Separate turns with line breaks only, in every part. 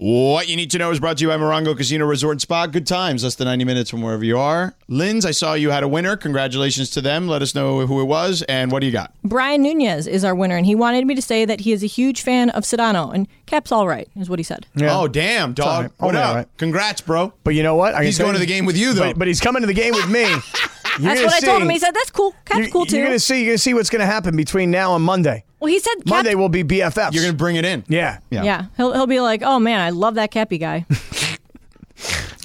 What you need to know is brought to you by Morongo Casino Resort and Spa. Good times, less than 90 minutes from wherever you are. Linz, I saw you had a winner. Congratulations to them. Let us know who it was and what do you got?
Brian Nunez is our winner, and he wanted me to say that he is a huge fan of Sedano, and Cap's all right, is what he said.
Yeah.
Oh, damn,
all
dog.
right. Oh,
What
yeah,
up?
all right.
Congrats, bro.
But you know what? I can
He's
tell
going to the game with you, though.
But, but he's coming to the game with me. You're
That's
gonna
what I told him.
see-
He said, that's cool. Cap's
you're,
cool, too.
You're gonna see. You're gonna see what's gonna happen between now and Monday.
well, he said Cap.
Monday will be BFFs.
You're going to bring it in.
yeah.
Yeah.
yeah, he'll, he'll be like, oh, man, I love that Cappy guy.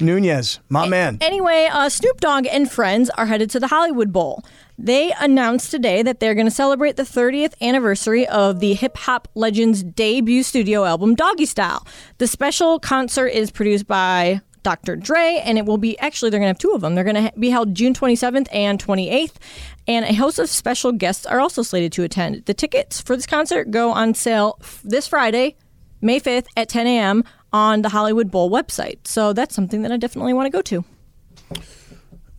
Nunez, my man.
Anyway, uh, Snoop Dogg and friends are headed to the Hollywood Bowl. They announced today that they're going to celebrate the 30th anniversary of the hip hop legend's debut studio album, Doggy Style. The special concert is produced by Dr. Dre, and it will be actually, they're going to have two of them. They're going to ha- be held June 27th and 28th, and a host of special guests are also slated to attend. The tickets for this concert go on sale f- this Friday, May 5th at 10 a.m. on the Hollywood Bowl website. So that's something that I definitely want to go to.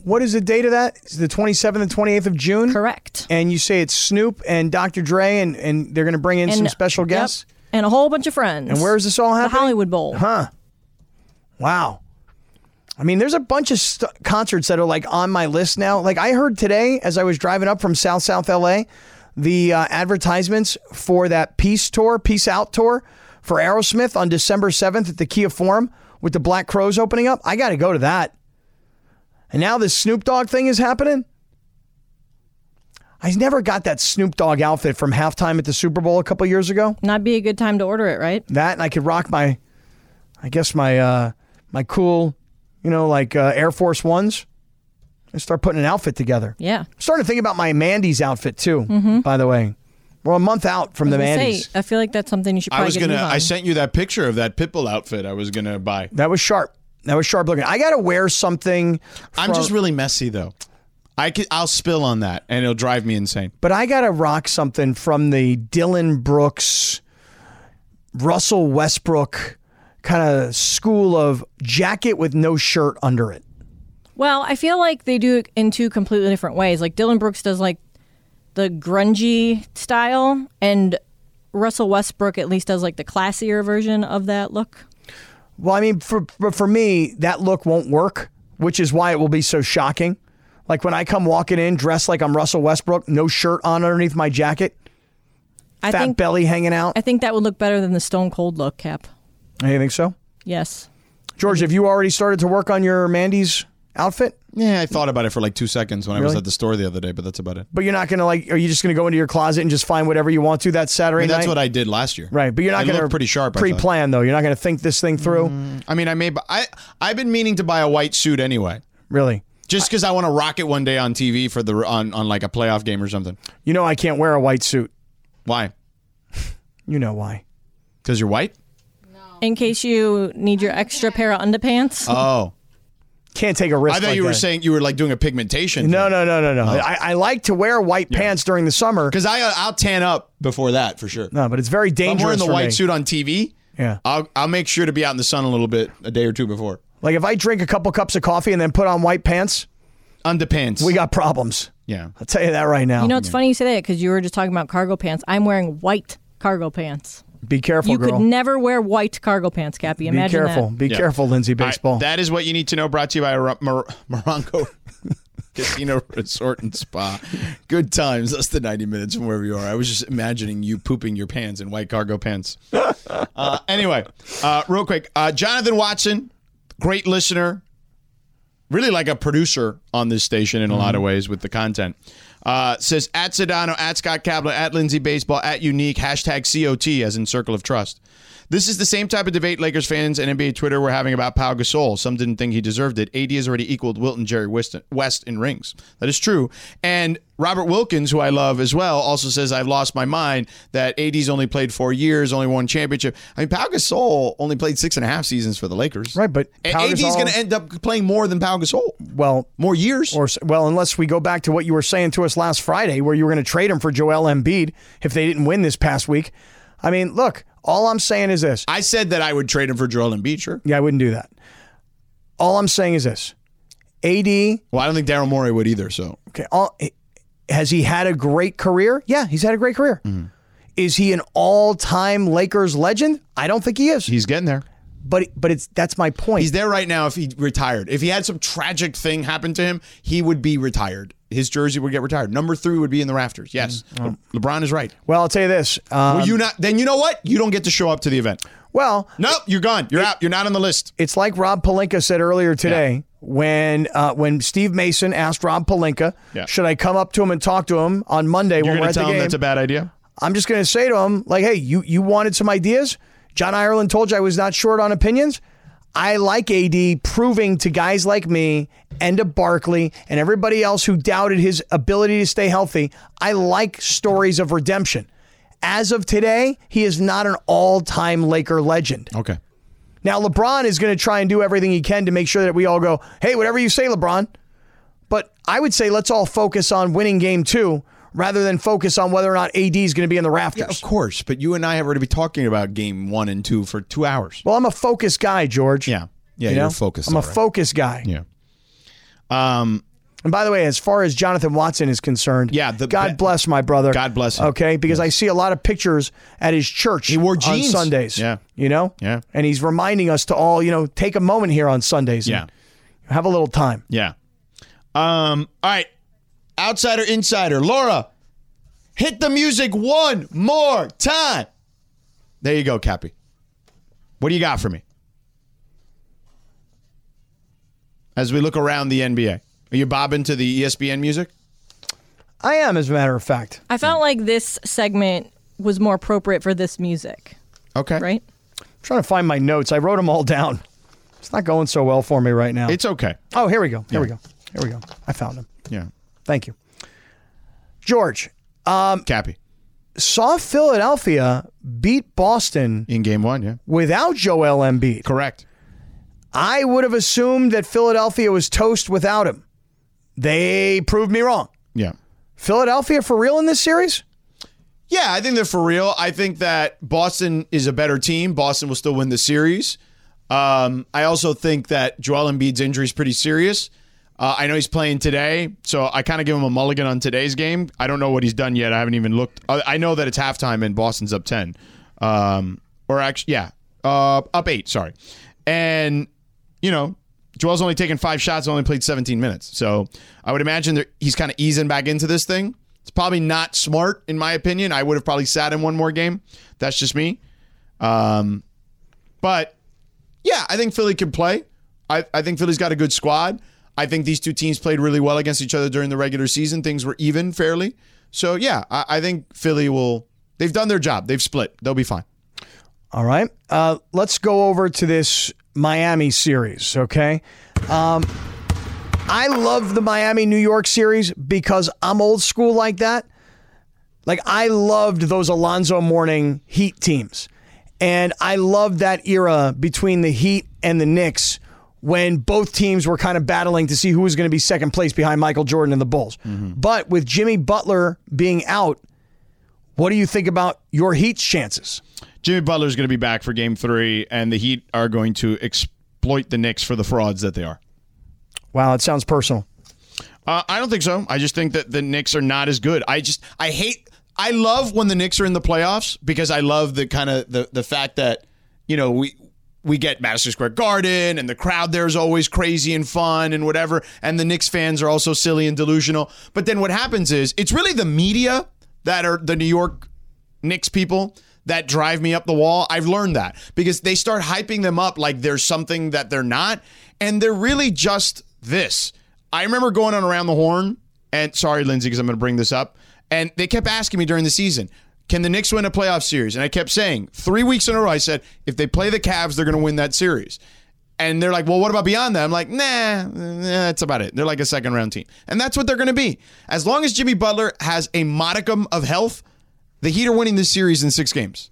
What is the date of that? It's the 27th and 28th of June.
Correct.
And you say it's Snoop and Dr. Dre, and, and they're gonna bring in some special
yep,
guests.
and a whole bunch of friends.
And where is this all
The
happening?
Hollywood Bowl.
Huh. Wow. I mean, there's a bunch of st- concerts that are like on my list now. Like I heard today as I was driving up from South South LA, the uh, advertisements for that Peace Tour, Peace Out Tour for Aerosmith on December 7th at the Kia Forum with the Black Crows opening up. I got to go to that. And now this Snoop Dogg thing is happening. I never got that Snoop Dogg outfit from halftime at the Super Bowl a couple years ago
Not be a good time to order it, right?
that and I could rock my I guess my uh my cool, you know, like uh, Air Force Ones and start putting an outfit together.
Yeah.
I'm starting to think about my Mandy's outfit too, by the way. We're a month out from the
I was gonna
Mandy's.
say, I feel like that's something you should. Probably
I was
get a
gonna.
move on.
I sent you that picture of that Pitbull outfit. I was gonna buy.
That was sharp. That was sharp looking. I gotta wear something
I'm just really messy though. I can, I'll spill on that, and it'll drive me insane.
but I gotta rock something from the Dylan Brooks, Russell Westbrook kind of school of jacket with no shirt under it.
well, I feel like they do it in two completely different ways. Like Dylan Brooks does like the grungy style, and Russell Westbrook at least does like the classier version of that look.
Well, I mean, for but for me, that look won't work, which is why it will be so shocking. Like when I come walking in dressed like I'm Russell Westbrook, no shirt on underneath my jacket,
I
fat
think.
belly hanging out.
I think that would look better than the Stone Cold look, Cap.
Hey, you think so?
Yes.
George, have you already started to work on your Mandy's outfit?
Yeah, I thought about it for like two seconds when I was
Really?
at the store the other day, but that's about it.
But you're not gonna like. Are you just gonna go into your closet and just find whatever you want to that Saturday
And that's
night?
what I did last year.
right, but you're not
It
gonna
looked pretty sharp. I thought. Mm.
Pre-plan though, you're not gonna think this thing through.
I mean, I may. bu- I I've been meaning to buy a white suit anyway,
Really,
just because I want to rock it one day on TV for the on on like a playoff game or something.
you know I can't wear a white suit.
Why?
You know why?
Because you're white.
In case you need your extra pair of underpants.
Oh,
Can't take a risk.
I thought
like
you were
that.
saying you were like doing a pigmentation.
No, no, no, no, no. I, I like to wear white pants during the summer.
Oh. Because I uh, I'll tan up before that for sure.
No, but it's very
I'm
dangerous.
wearing the
for
white
me.
suit on TV.
Yeah.
I'll I'll make sure to be out in the sun a little bit a day or two before.
Like if I drink a couple cups of coffee and then put on white pants,
Underpants.
we got problems.
yeah.
I'll tell you that right now.
You know, it's funny you say that because you were just talking about cargo pants. I'm wearing white cargo pants.
Be careful,
you
girl.
could never wear white cargo pants, Cappy.
Be
Imagine
careful.
that.
Be
Yeah.
careful, Lindsay
All right,
Baseball.
that is what you need to know. Brought to you by Mor- Mor- Morongo Casino Resort and Spa. Good times. Less than ninety minutes from wherever you are. I was just imagining you pooping your pants in white cargo pants. Uh, anyway, uh, real quick, uh, Jonathan Watson, great listener, really like a producer on this station in a lot of
Mm-hmm.
ways with the content. Uh, says at Sedano, at Scott Kaplan, at Lindsay Baseball, at Unique, hashtag COT as in Circle of Trust. This is the same type of debate Lakers fans and NBA Twitter were having about Pau Gasol. Some didn't think he deserved it. AD has already equaled Wilton Jerry Wist- West in rings. That is true. And Robert Wilkins, who I love as well, also says, I've lost my mind that AD's only played four years, only won championship. I mean, Pau Gasol only played six and a half seasons for the Lakers.
Right, but
And
Pau
AD's
Gasol-
going to end up playing more than Pau Gasol
well,
more years.
or well, unless we go back to what you were saying to us last Friday, where you were going to trade him for Joel Embiid if they didn't win this past week. I mean, look, all I'm saying is this.
I said that I would trade him for Joel Embiid. Sure.
Yeah, I wouldn't do that. All I'm saying is this. AD
Well, I don't think Daryl Morey would either. So
Okay. All, eh, has he had a great career? Yeah, he's had a great
Mm-hmm.
career. Is he an all time Lakers legend? I don't think he is.
he's getting there.
But but it's that's my point.
He's there right now if he retired. If he had some tragic thing happen to him, he would be retired. His jersey would get retired. Number three would be in the rafters. Yes. Le- LeBron is right.
well, I'll tell you this. Um,
Well, you not then you know what? You don't get to show up to the event.
well,
Nope, you're gone. You're out. You're not on the list.
it's like Rob Palenka said earlier today when uh, when Steve Mason asked Rob Palenka,
Yeah.
should I come up to him and talk to him on Monday
You're
when we're
gonna
at the
tell him
game?
that's a bad idea?
I'm just going to say to him, like, hey, you you wanted some ideas. John Ireland told you I was not short on opinions. I like AD proving to guys like me and to Barkley and everybody else who doubted his ability to stay healthy. I like stories of redemption. As of today, he is not an all-time Laker legend.
Okay.
Now LeBron is going to try and do everything he can to make sure that we all go, "Hey, whatever you say, LeBron." But I would say let's all focus on winning game 2 rather than focus on whether or not AD is going to be in the rafters.
Of course, but you and I have already been talking about game one and two for two hours.
Well, I'm a focused guy, George.
Yeah. Yeah,
You
you are
know?
focused.
I'm a
all right.
focused guy.
Yeah.
And by the way, as far as Jonathan Watson is concerned,
Yeah, the
God
be-
bless my brother.
God bless him.
Okay, because I see a lot of pictures at his church. He
wore jeans.
on Sundays.
Yeah.
you know.
Yeah.
and he's reminding us to all, you know, take a moment here on Sundays. and have a little time.
Yeah. Um, all right. Outsider insider. Laura, hit the music one more time. There you go, Cappy. What do you got for me? As we look around the NBA. Are you bobbing to the E ESPN music?
I am, as a matter of fact.
I felt like this segment was more appropriate for this music,
Okay.
right?
I'm trying to find my notes. I wrote them all down. It's not going so well for me right now.
It's okay.
oh, here we go. Here we go. Here we go. I found them.
Yeah.
Thank you, George.
Cappy.
Saw Philadelphia beat Boston
In game one, yeah.
without Joel Embiid.
Correct.
I would have assumed that Philadelphia was toast without him. They proved me wrong.
Yeah.
Philadelphia for real in this series?
Yeah, I think they're for real. I think that Boston is a better team. Boston will still win the series. Um, I also think that Joel Embiid's injury is pretty serious. Uh, I know he's playing today, so I kind of give him a mulligan on today's game. I don't know what he's done yet. I haven't even looked. Uh, I, I know that it's halftime and Boston's up ten, um, or actually, yeah, uh, up eight. Sorry, and you know, Joel's only taken five shots, and only played 17 minutes. So I would imagine that he's kind of easing back into this thing. It's probably not smart, in my opinion. I would have probably sat him one more game. That's just me. Um, but yeah, I think Philly can play. I, I think Philly's got a good squad. I think these two teams played really well against each other during the regular season. Things were even fairly. So yeah, I, I think Philly will. They've done their job. They've split. They'll be fine.
All right. Uh, let's go over to this Miami series, okay? Um, I love the Miami New York series because I'm old school like that. Like, I loved those Alonzo Morning Heat teams. And I loved that era between the Heat and the Knicks when both teams were kind of battling to see who was going to be second place behind Michael Jordan and the Bulls. But with Jimmy Butler being out, what do you think about your Heat's chances?
Jimmy Butler is going to be back for game three, and the Heat are going to exploit the Knicks for the frauds that they are.
Wow, it sounds personal.
Uh, I don't think so. I just think that the Knicks are not as good. I just, I hate, I love when the Knicks are in the playoffs because I love the kind of the, the fact that, you know, we, we get Madison Square Garden and the crowd there is always crazy and fun and whatever. And the Knicks fans are also silly and delusional. But then what happens is it's really the media that are the New York Knicks people that drive me up the wall. I've learned that because they start hyping them up like there's something that they're not, and they're really just this. I remember going on around the horn, and sorry, Lindsay, because I'm going to bring this up, and they kept asking me during the season. Can the Knicks win a playoff series? And I kept saying, three weeks in a row, I said, if they play the Cavs, they're going to win that series. And they're like, well, what about beyond that? I'm like, nah, nah, that's about it. They're like a second round team. And that's what they're going to be. As long as Jimmy Butler has a modicum of health, the Heat are winning this series in six games,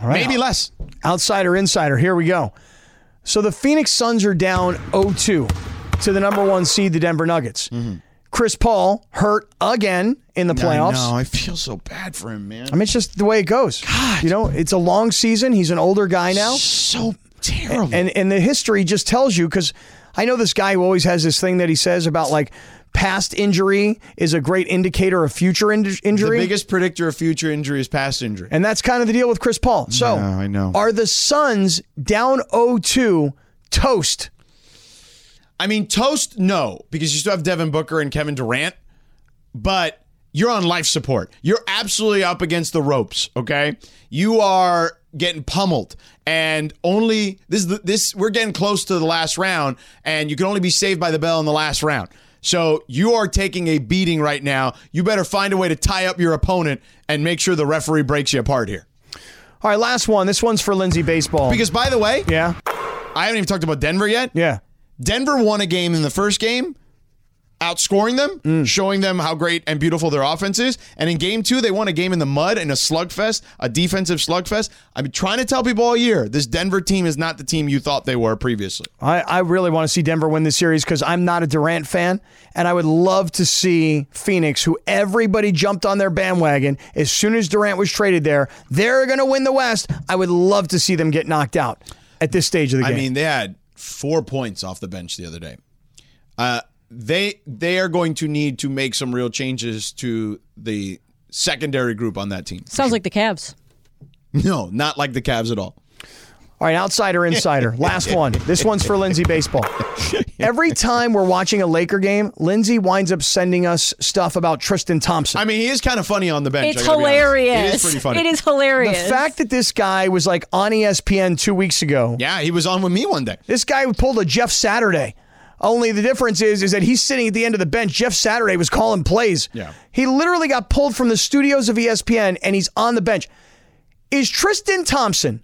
All right.
maybe less.
Outsider, insider, here we go. So the Phoenix Suns are down 0 2 to the number one seed, the Denver Nuggets. Chris Paul hurt again in the playoffs.
Mm-hmm. I feel so bad for him, man.
I mean, it's just the way it goes. You know, it's a long season. He's an older guy now.
so terrible.
And and the history just tells you because I know this guy who always has this thing that he says about like past injury is a great indicator of future inj-
The
injury.
biggest predictor of future injury is past injury.
And that's kind of the deal with Chris Paul. So
Yeah, I know.
are the Suns down 0-2 toast?
I mean, toast, no, because you still have Devin Booker and Kevin Durant, but you're on life support. You're absolutely up against the ropes, okay? You are getting pummeled and only this is the, this we're getting close to the last round and you can only be saved by the bell in the last round. So you are taking a beating right now. You better find a way to tie up your opponent and make sure the referee breaks you apart here.
All right, last one. This one's for Lindsey Baseball.
Because by the way,
yeah.
I haven't even talked about Denver yet.
Yeah.
Denver won a game in the first game, outscoring them, showing them how great and beautiful their offense is. And in game two, they won a game in the mud in a slugfest, a defensive slugfest. I've been trying to tell people all year this Denver team is not the team you thought they were previously.
I, I really want to see Denver win this series because I'm not a Durant fan, and I would love to see Phoenix, who everybody jumped on their bandwagon as soon as Durant was traded there. They're going to win the West. I would love to see them get knocked out at this stage of the
I
game.
mean, they had four points off the bench the other day. Uh, they they are going to need to make some real changes to the secondary group on that team.
Sounds like the Cavs.
No, not like the Cavs at all.
All right, outsider, insider. Last one. This one's for Lindsay Baseball. Every time we're watching a Laker game, Lindsay winds up sending us stuff about Tristan Thompson.
I mean, he is kind of funny on the bench.
It's
I gotta be honest.
hilarious.
It is pretty funny.
It is hilarious.
the fact that this guy was like on E ESPN two weeks ago,
Yeah, he was on with me one day.
this guy pulled a Jeff Saturday. Only the difference is, is that he's sitting at the end of the bench. Jeff Saturday was calling plays.
Yeah.
He literally got pulled from the studios of E ESPN and he's on the bench. Is Tristan Thompson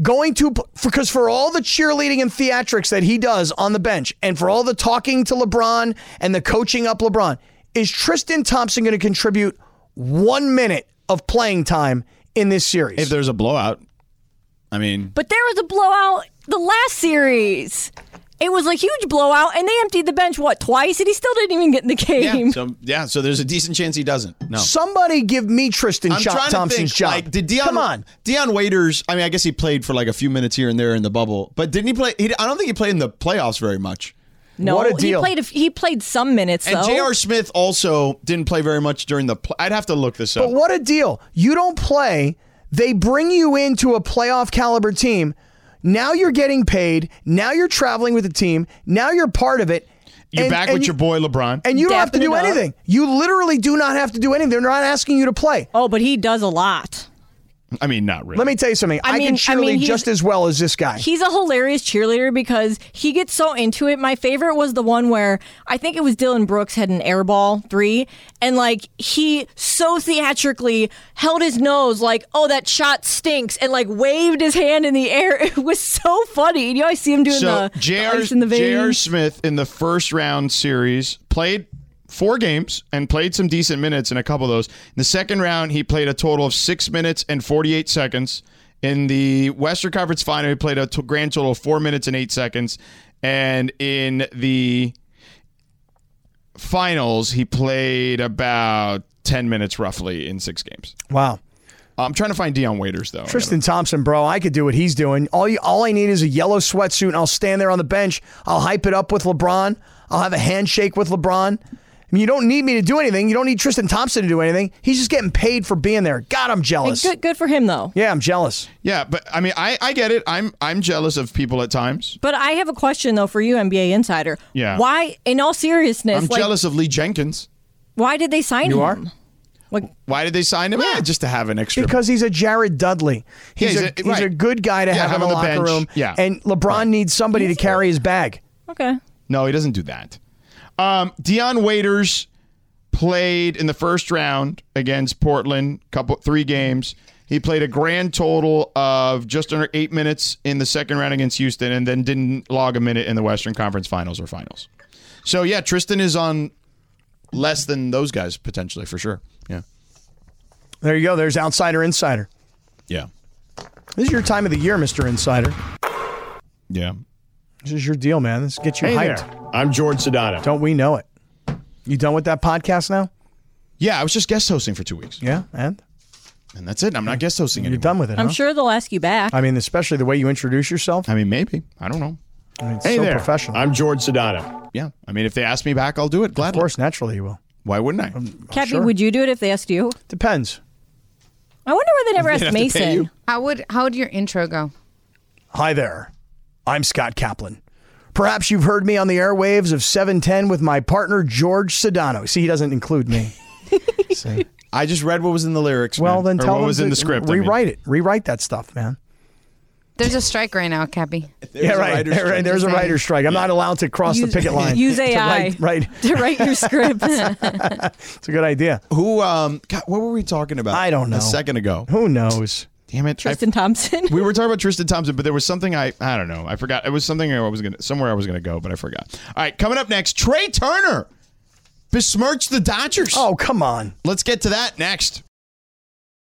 going to because for all the cheerleading and theatrics that he does on the bench and for all the talking to LeBron and the coaching up LeBron, is Tristan Thompson going to contribute 1 minute of playing time in this series?
If there's a blowout, I mean,
But there was a blowout the last series. It was a huge blowout, and they emptied the bench, what, twice? And he still didn't even get in the game.
yeah. So yeah, so there's a decent chance he doesn't. No,
Somebody give me Tristan
I'm
Chop
trying to
Thompson's
think.
job.
Like, did Deion,
Come on.
Deion Waiters? I mean, I guess he played for like a few minutes here and there in the bubble, but didn't he play? He, I don't think he played in the playoffs very much.
no,
What a deal.
He, played a, he played some minutes,
And
though.
J.R. Smith also didn't play very much during the. Pl- I'd have to look this up.
But what a deal. You don't play, they bring you into a playoff caliber team. Now you're getting paid. Now you're traveling with the team. Now you're part of it.
You're
And-
back
and
with
you-
your boy LeBron.
And you don't have to do
Dapping it up.
anything. You literally do not have to do anything. They're not asking you to play.
oh, but he does a lot.
I mean, not really.
Let me tell you something. I, can
mean- I
cheerlead
mean, he's-
just as well as this guy.
He's a hilarious cheerleader because he gets so into it. My favorite was the one where I think it was Dylan Brooks had an airball three, and like he so theatrically held his nose, like, oh, that shot stinks, and like waved his hand in the air. It was so funny. And you always see him doing
So
the, the
J.R.
ice in the vein.
J.R. Smith in the first round series played four games and played some decent minutes in a couple of those. In the second round, he played a total of six minutes and 48 seconds. In the Western Conference Final, he played a to- grand total of four minutes and eight seconds. And in the finals, he played about 10 minutes roughly in six games.
Wow.
I'm trying to find Dion Waiters, though.
Tristan Thompson, bro, I could do what he's doing. All you, all I need is a yellow sweatsuit, and I'll stand there on the bench. I'll hype it up with LeBron. I'll have a handshake with LeBron. I mean, you don't need me to do anything. You don't need Tristan Thompson to do anything. He's just getting paid for being there. God, I'm jealous.
Good, good for him though.
Yeah, I'm jealous.
Yeah, but I mean, I, I get it. I'm I'm jealous of people at times.
But I have a question though for you, NBA insider.
Yeah.
Why, in all seriousness,
I'm
like,
jealous of Lee Jenkins.
why did they sign him?
are?
Like,
Why did they sign him? Eh, just to have an extra.
Because he's a Jared Dudley. He's,
he's
a,
a-
he's
right.
a good guy to
Yeah,
have
have
in the
him on
locker
the bench.
room.
Yeah.
And LeBron needs somebody to carry his bag.
okay.
no, he doesn't do that. Um, Dion Waiters played in the first round against Portland, couple three games. He played a grand total of just under eight minutes in the second round against Houston, and then didn't log a minute in the Western Conference Finals or Finals. So yeah, Tristan is on less than those guys potentially for sure. Yeah,
There you go. There's outsider insider.
yeah,
This is your time of the year, Mister Insider.
yeah.
This is your deal, man. This gets you hyped.
I'm George Sedano.
Don't we know it? You done with that podcast now?
Yeah, I was just guest hosting for two weeks,
Yeah, and
and that's it. I'm not guest hosting
you're
anymore.
done with it.
I'm
huh?
sure they'll ask you back.
I mean, especially the way you introduce yourself.
I mean, maybe I don't know.
I mean, it's
Hey
so
there.
professional.
I'm George Sedano.
Yeah. I mean, if they ask me back, I'll do it
of
gladly.
course, Um, naturally you will.
Why wouldn't I?
Kathy,
sure.
would you do it if they asked you?
Depends.
I wonder why they never
have
asked
to pay
Mason.
you.
How would how would your intro go?
Hi there. I'm Scott Kaplan. Perhaps you've heard me on the airwaves of 710 with my partner George Sedano. See, he doesn't include me. See.
I just read what was in the lyrics.
Well,
man.
then
Or
tell
what
them
was in
to
the script. I mean.
Rewrite it. Rewrite that stuff, man.
There's a strike right now, Cappy.
There's
yeah,
a
right.
writer's
There-
strike.
There's a
Just
writer's strike. I'm not allowed to cross the picket line.
Use
to
AI.
write- right.
to write your script.
It's a good idea.
Who? Um. God, what were we talking about?
I don't know.
A second ago.
Who knows?
Damn it. I
Tristan Thompson.
we were talking about Tristan Thompson, but there was something I I don't know. I forgot. It was something I was gonna somewhere I was gonna go, but I forgot. All right, coming up next, Trey Turner besmirched the Dodgers.
Oh, come on.
let's get to that next.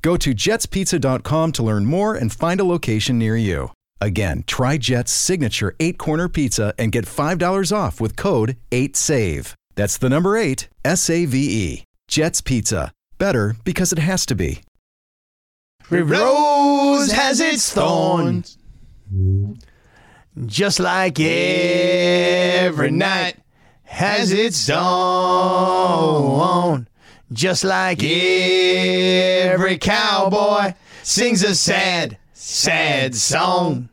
Go to jetspizza.com to learn more and find a location near you. Again, try Jet's signature eight corner pizza and get $5 off with code 8SAVE. That's the number eight, S A V E. Jet's Pizza. Better because it has to be.
Rose has its thorns, just like every night has its dawn. Just like every cowboy sings a sad, sad song.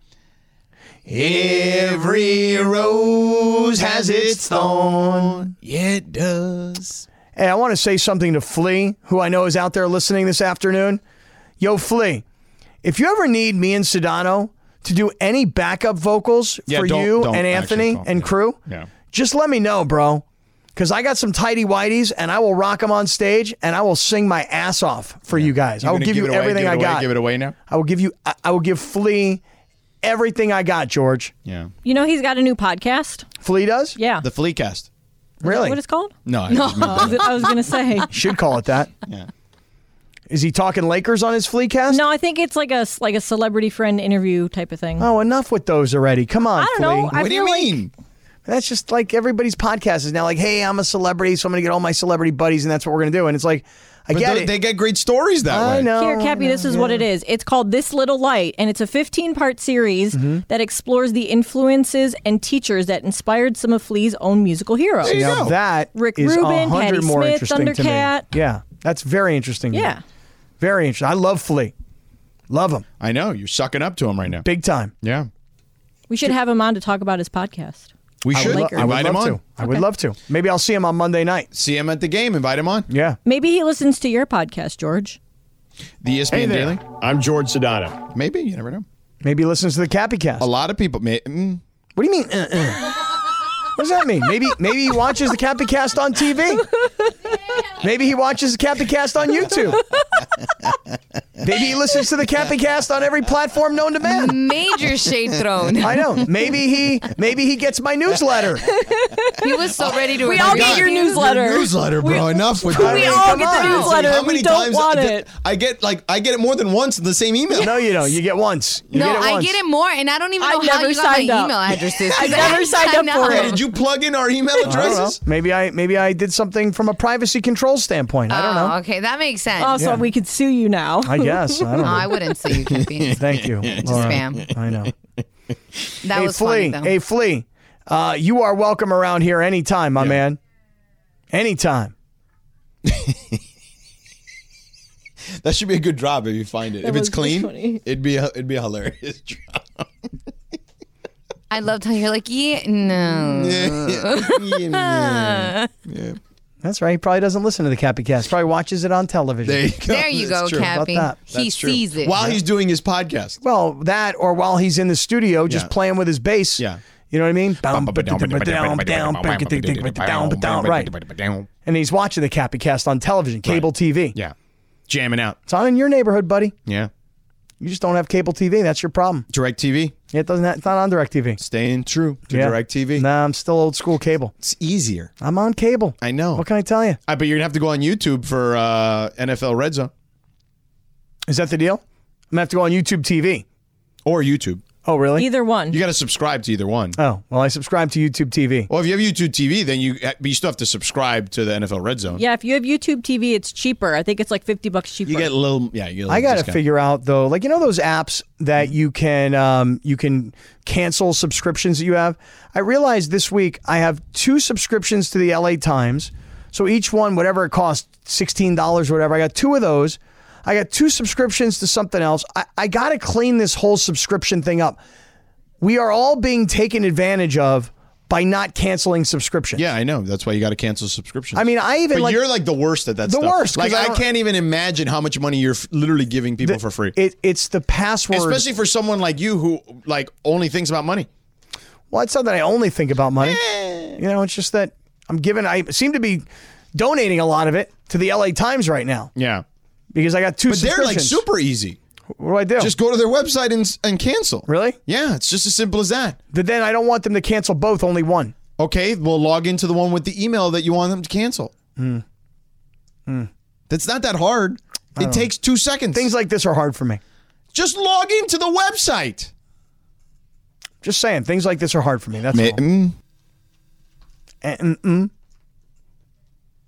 Every rose has its thorn.
It does.
Hey, I want to say something to Flea, who I know is out there listening this afternoon. Yo, Flea, if you ever need me and Sedano to do any backup vocals
Yeah,
for
don't-
you
don't
and
actually
Anthony
call me
and
that.
crew,
Yeah.
just let me know, bro. Because I got some tidy whities and I will rock them on stage and I will sing my ass off for you guys. I will
Gonna
give, you
it away,
everything
give it
I
away,
got.
Give it away now.
I will give you, I, I will give Flea everything I got, George.
Yeah.
you know he's got a new podcast.
Flea does?
Yeah.
The flea cast.
Really?
what it's called?
No, I
No,
just meant
I was, I was gonna say.
Should call it that.
Yeah.
Is he talking Lakers on his Flea cast?
No, I think it's like a like a celebrity friend interview type of thing.
Oh, enough with those already. Come on,
I don't know.
Flea.
I
what do you
feel like-
mean?
That's just like everybody's podcast is now like, hey, I'm a celebrity, so I'm going to get all my celebrity buddies, and that's what we're going to do. And it's like, I
But
get
they,
it.
they get great stories that
I
way.
know.
Here, Cappy, this is what it is. It's called This Little Light, and it's a 15 part series
Mm-hmm.
that explores the influences and teachers that inspired some of Flea's own musical heroes.
you
Now
go.
that
Rick
is
Rubin,
100
Patti
more
Smith,
interesting
Thundercat.
to me. Yeah, that's very interesting. to me.
Yeah.
very interesting. I love Flea, love him
I know. You're sucking up to him right now.
big time.
Yeah.
We should have him on to talk about his podcast.
We should
I would,
like her.
lo- I would
invite him
love
on.
to. I would love to. Maybe I'll see him on Monday night.
See him at the game. Invite him on.
Yeah,
Maybe he listens to your podcast, George.
The E ESPN
Hey there.
Daily.
I'm George Sedano.
Maybe you never know.
maybe he listens to the Cappy Cast.
A lot of people. May, mm,
What do you mean? uh, uh? What does that mean? Maybe maybe he watches the Cappy Cast on TV. Maybe he watches the Cappy Cast on YouTube. Maybe he listens to the Cappy Cast on every platform known to man.
Major shade thrown.
I know. Maybe he maybe he gets my newsletter.
He was so ready to.
We all get your newsletter.
newsletter, bro. Enough with
We
that.
all
come
get the
on.
newsletter.
How
and we
many
don't
times
want
I,
it.
I get like I get it more than once in the same email.
No, you don't. You get once. You
No,
get it
I
once.
get it more, and I don't even
I
know how
never
you got my
signed up.
email addresses. 'cause
I never signed up
know.
for it.
Did you plug in our email
I don't know.
addresses?
Maybe I maybe I did something from a privacy control standpoint. I don't know.
Oh, okay, that makes sense.
Also, we could sue you now.
I guess. I don't
no, Oh. I
know.
wouldn't sue you, Cappy.
Thank you. Laura.
spam.
I know.
That
hey,
was
Flea.
funny though.
Hey, Flea. Uh, you are welcome around here anytime, my man. Anytime.
That should be a good drop if you find it. if
was
it's clean,
funny.
it'd be a, it'd be a hilarious drop. Mm,
I loved how you're like, yeah, no.
Yeah.
That's right. He probably doesn't listen to the Cappy Cast. Probably watches it on television.
There you go.
There you
That's
go,
true.
Cappy.
that?
He
That's true.
sees it.
while he's doing his podcast.
well, that or while he's in the studio just
Yeah.
playing with his bass.
Yeah.
You know what I mean? Right.
Yeah,
And he's watching the Cappy Cast on television, cable TV.
jamming out.
It's on in your neighborhood, buddy.
Yeah,
You just don't have cable TV. That's your problem.
Direct TV,
It doesn't. It's not on DirecTV.
staying true to
Yeah.
Direct TV.
Nah, I'm still old school cable.
It's easier.
I'm on cable.
I know.
What can I tell you?
I bet you're gonna have to go on YouTube for uh, NFL Red Zone
Is that the deal? I'm gonna have to go on YouTube TV.
or YouTube.
Oh, really?
Either one.
You got to subscribe to either one.
Oh, well, I subscribe to YouTube TV.
Well, if you have YouTube TV, then you uh, but you still have to subscribe to the NFL Red Zone.
yeah, if you have YouTube TV, it's cheaper. I think it's like 50 bucks cheaper.
you get a little. Yeah, you get a little
I gotta
discount.
figure out though, like you know those apps that you can um, you can cancel subscriptions that you have. I realized this week I have two subscriptions to the LA Times, so each one whatever it costs sixteen dollars whatever. I got two of those. I got two subscriptions to something else. I, I gotta clean this whole subscription thing up. We are all being taken advantage of by not canceling subscriptions.
Yeah, I know. That's why you got to cancel subscriptions.
I mean, I even
but
like
you're like the worst at that.
The
stuff.
worst, 'cause
Like
I
I,
don't-
can't even imagine how much money you're f- literally giving people for free.
It, it's the password.
Especially for someone like you who like only thinks about money.
Well, it's not that I only think about money.
Eh.
You know, it's just that I'm giving. I seem to be donating a lot of it to the LA Times right now
Yeah,
because I got two.
but they're like
subscriptions.
super easy.
What do I do?
Just go to their website and and cancel.
Oh. Really?
Yeah, it's just as simple as that.
but then I don't want them to cancel both. Only one.
Okay, we'll log into the one with the email that you want them to cancel.
Hmm.
That's not that hard. It takes two seconds.
Things like this are hard for me.
just log into the website.
Just saying, things like this are hard for me. That's all.
Mm.
And- mm, mm.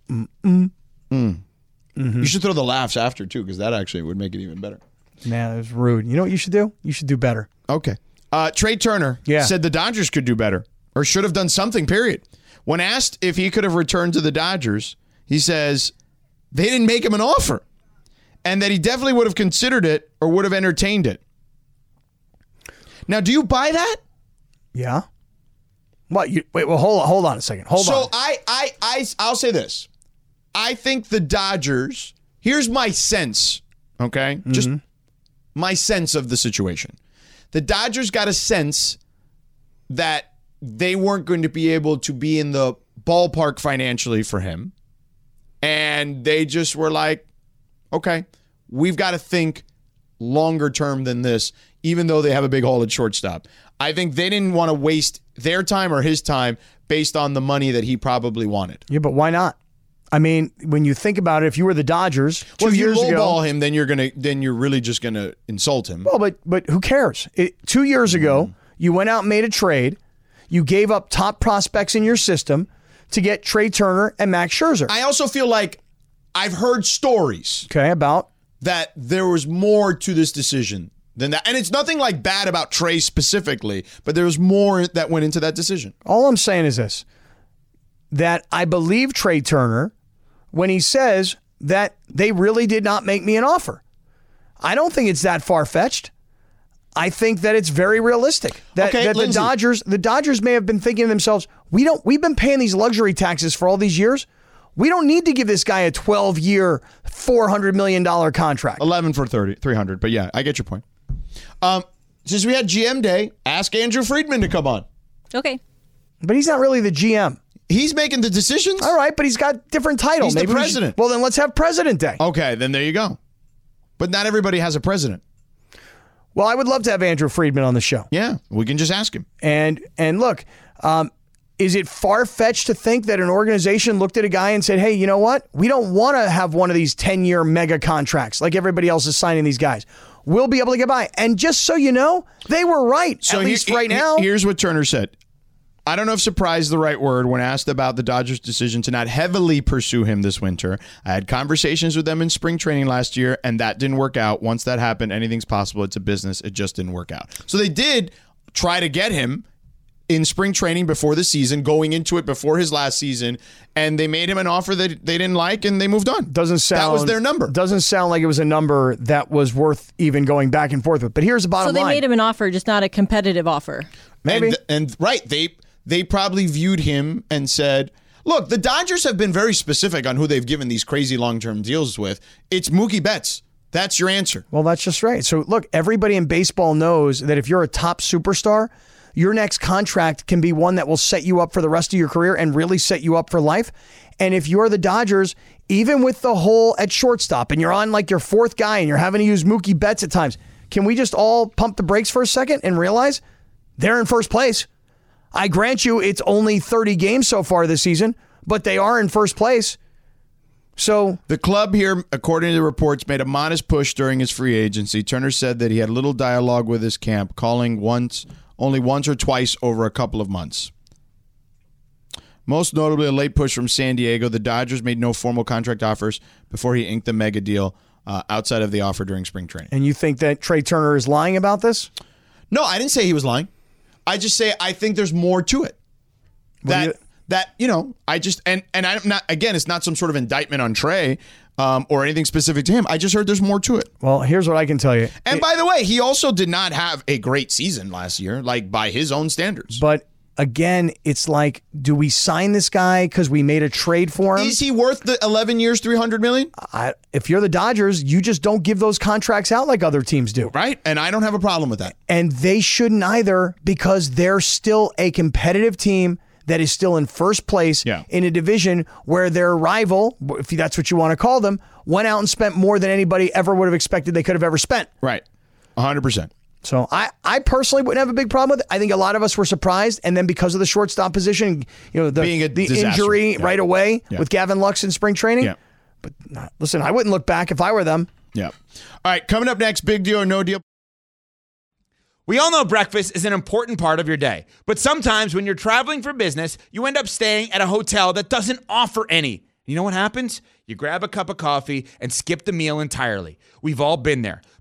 Mm-hmm.
You should throw the laughs after too, because that actually would make it even better.
Nah, that was rude. You know what you should do? You should do better.
Okay. Uh, Trey Turner
Yeah.
said the Dodgers could do better or should have done something, period. When asked if he could have returned to the Dodgers, he says they didn't make him an offer and that he definitely would have considered it or would have entertained it. Now, do you buy that?
Yeah. What? You, wait. Well, hold on. Hold on a second. Hold
so
on.
I, I, I, I'll say this. I think the Dodgers. Here's my sense. Okay,
Mm-hmm.
just my sense of the situation. The Dodgers got a sense that they weren't going to be able to be in the ballpark financially for him, and they just were like, "Okay, we've got to think longer term than this, even though they have a big haul at shortstop. I think they didn't want to waste their time or his time based on the money that he probably wanted.
Yeah, but why not? I mean, when you think about it, if you were the Dodgers two
Well, if you
years ago,
lowball him, then you're gonna then you're really just gonna insult him.
Well, but but who cares? It, two years ago, you went out and made a trade. You gave up top prospects in your system to get Trey Turner and Max Scherzer.
I also feel like I've heard stories
okay, about
that there was more to this decision than that, and it's nothing like bad about Trey specifically, but there was more that went into that decision.
all I'm saying is this: that I believe Trey Turner when he says that they really did not make me an offer. I don't think it's that far fetched. I think that it's very realistic. That,
Okay,
that the
Lindsay.
Dodgers, the Dodgers may have been thinking to themselves, we don't we've been paying these luxury taxes for all these years. We don't need to give this guy a 12 year, $400 million contract.
11 for 30, 300. But yeah, I get your point. Um, since we had GM day, ask Andrew Friedman to come on.
okay.
But he's not really the GM.
He's making the decisions.
All right, but he's got different titles.
He's the
we should-
president. Uh,
well, then let's have President Day.
Okay, then there you go. But not everybody has a president.
Well, I would love to have Andrew Friedman on the show.
Yeah, we can just ask him.
And and look, um, is it far fetched to think that an organization looked at a guy and said, "Hey, you know what? We don't want to have one of these ten-year mega contracts like everybody else is signing these guys. We'll be able to get by." And just so you know, they were right. at
he-
least right
he-
now,
Here's what Turner said. I don't know if surprise is the right word when asked about the Dodgers' decision to not heavily pursue him this winter. I had conversations with them in spring training last year, and that didn't work out. Once that happened, anything's possible. It's a business. It just didn't work out. So they did try to get him in spring training before the season, going into it before his last season, and they made him an offer that they didn't like, and they moved on.
doesn't sound
that was their number.
Doesn't sound like it was a number that was worth even going back and forth with. But here's the bottom
So they
line.
made him an offer, just not a competitive offer.
And, and right, they they probably viewed him and said, Look, the Dodgers have been very specific on who they've given these crazy long term deals with. It's Mookie Betts. That's your answer.
Well, that's just right. So, look, everybody in baseball knows that if you're a top superstar, your next contract can be one that will set you up for the rest of your career and really set you up for life. And if you're the Dodgers, even with the hole at shortstop and you're on like your fourth guy and you're having to use Mookie Betts at times, can we just all pump the brakes for a second and realize they're in first place? I grant you it's only 30 games so far this season, but they are in first place. So
The club here, according to the reports, made a modest push during his free agency. Turner said that he had little dialogue with his camp, calling once only once or twice over a couple of months. Most notably, a late push from San Diego. The Dodgers made no formal contract offers before he inked the mega deal uh, outside of the offer during spring training.
And you think that Trey Turner is lying about this?
No, I didn't say he was lying. I just say I think there's more to it. That
do you-
that you know, I just and and I'm not again. It's not some sort of indictment on Trey um, or anything specific to him. I just heard there's more to it.
Well, here's what I can tell you.
And by the way, he also did not have a great season last year, like by his own standards.
But again, it's like, do we sign this guy because we made a trade for him?
Is he worth the 11 years, 300 million?
I, if you're the Dodgers, you just don't give those contracts out like other teams do.
Right? And I don't have a problem with that.
And they shouldn't either because they're still a competitive team that is still in first place
Yeah.
in a division where their rival, if that's what you want to call them, went out and spent more than anybody ever would have expected they could have ever spent.
Right. 100%.
So I, I personally wouldn't have a big problem with it. I think a lot of us were surprised, and then because of the shortstop position, you know, the,
Being a
the
disaster.
injury
Yeah.
right away
Yeah.
with Gavin Lux in spring training.
Yeah.
Listen, I wouldn't look back if I were them.
Yeah. All right. Coming up next, big deal or no deal.
We all know breakfast is an important part of your day, but sometimes when you're traveling for business, you end up staying at a hotel that doesn't offer any. You know what happens? You grab a cup of coffee and skip the meal entirely. We've all been there.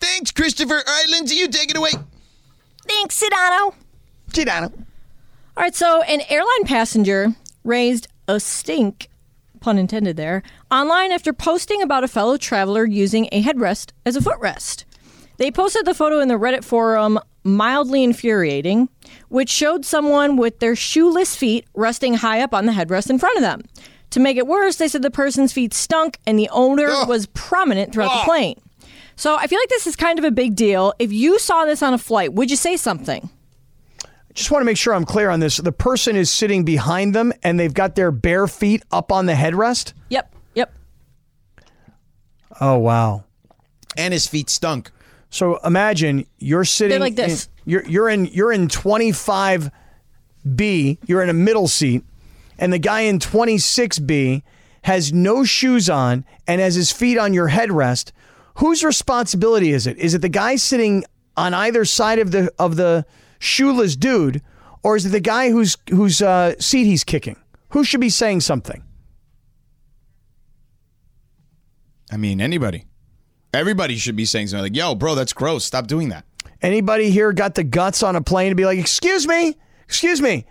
Thanks, Christopher. All right, Lindsay, you take it away.
Thanks, Sedano.
Giordano.
All right, so an airline passenger raised a stink, pun intended there, online after posting about a fellow traveler using a headrest as a footrest. They posted the photo in the Reddit forum mildly infuriating, which showed someone with their shoeless feet resting high up on the headrest in front of them. To make it worse, they said the person's feet stunk and the odor was prominent throughout the plane. So I feel like this is kind of a big deal. If you saw this on a flight, would you say something?
Just want to make sure I'm clear on this. The person is sitting behind them and they've got their bare feet up on the headrest.
Yep, yep.
Oh wow.
And his feet stunk.
So imagine you're sitting
They're like
in-
this.
you're you're in you're in 25B, you're in a middle seat, and the guy in 26B has no shoes on and has his feet on your headrest. Whose responsibility is it? Is it the guy sitting on either side of the of the shoeless dude, or is it the guy whose whose uh, seat he's kicking? Who should be saying something?
I mean, anybody. Everybody should be saying something like, yo, bro, that's gross. Stop doing that.
Anybody here got the guts on a plane to be like, "Excuse me, excuse me,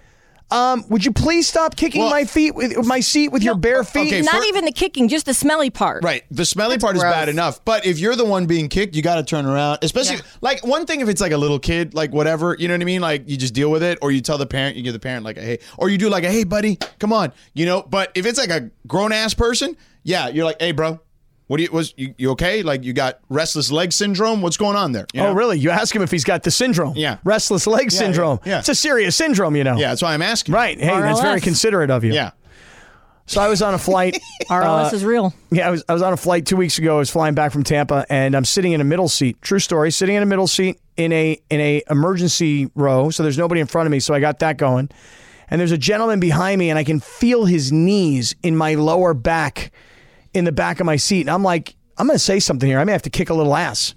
um, would you please stop kicking
Well-
my feet with my seat with your bare feet?"
Okay,
Not
fir-
even the kicking, just the smelly part.
Right. The smelly part is
gross.
bad enough, but if you're the one being kicked, you got to turn around. Especially like one thing if it's like a little kid, like whatever, you know what I mean? Like you just deal with it or you tell the parent, you give the parent like a hey or you do like a hey buddy, come on. You know, but if it's like a grown ass person, yeah, you're like, "Hey bro, what do you was you, you okay? Like you got restless leg syndrome? What's going on there?" You
Oh,
know?
really? You ask him if he's got the syndrome.
Yeah.
Restless leg
Yeah,
syndrome.
yeah, yeah.
It's a serious syndrome, you know.
Yeah, that's why I'm asking.
Right. Hey, that's very
RLS.
considerate of you.
Yeah.
So I was on a flight.
RLS Oh, is real.
Yeah, I was, I was on a flight two weeks ago. I was flying back from Tampa, and I'm sitting in a middle seat. True story. Sitting in a middle seat in a in a emergency row, so there's nobody in front of me. So I got that going, and there's a gentleman behind me, and I can feel his knees in my lower back, in the back of my seat, and I'm like, I'm gonna say something here. I may have to kick a little ass.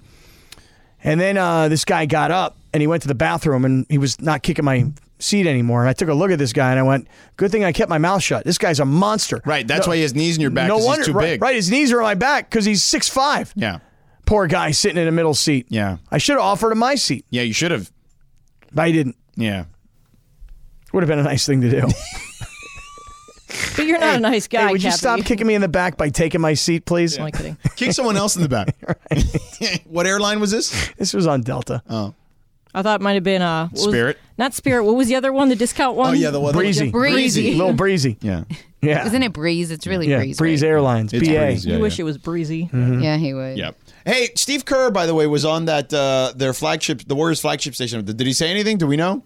And then uh, this guy got up and he went to the bathroom and he was not kicking my seat anymore. And I took a look at this guy and I went, "Good thing I kept my mouth shut. This guy's a monster."
Right. That's why he has knees in your back.
no
'cause
wonder,
he's too
right,
big.
right? His knees are on my back because he's six five.
Yeah.
Poor guy sitting in a middle seat.
Yeah.
I should have offered him my seat,
Yeah. You should have.
but I didn't.
Yeah.
Would have been a nice thing to do.
But you're not a nice guy.
hey, would you
Cappy.
stop kicking me in the back by taking my seat, please?
I'm only kidding.
Kick someone else in the back. what airline was this?
This was on Delta.
Uh,
I thought it might have been uh, what was-
Spirit.
not Spirit. What was the other one? The discount one.
Oh yeah, the one.
breezy,
Breezy.
little breezy.
Yeah.
Yeah,
Isn't it Breeze? It's really
Yeah,
Breeze.
Breeze
right?
Airlines,
It's
BA.
breezy,
You
yeah,
wish
yeah.
it was breezy.
Mm-hmm.
Yeah, he would.
Yep. Hey, Steve Kerr, by the way, was on that uh, their flagship, the Warriors flagship station. Did he say anything? Do we know?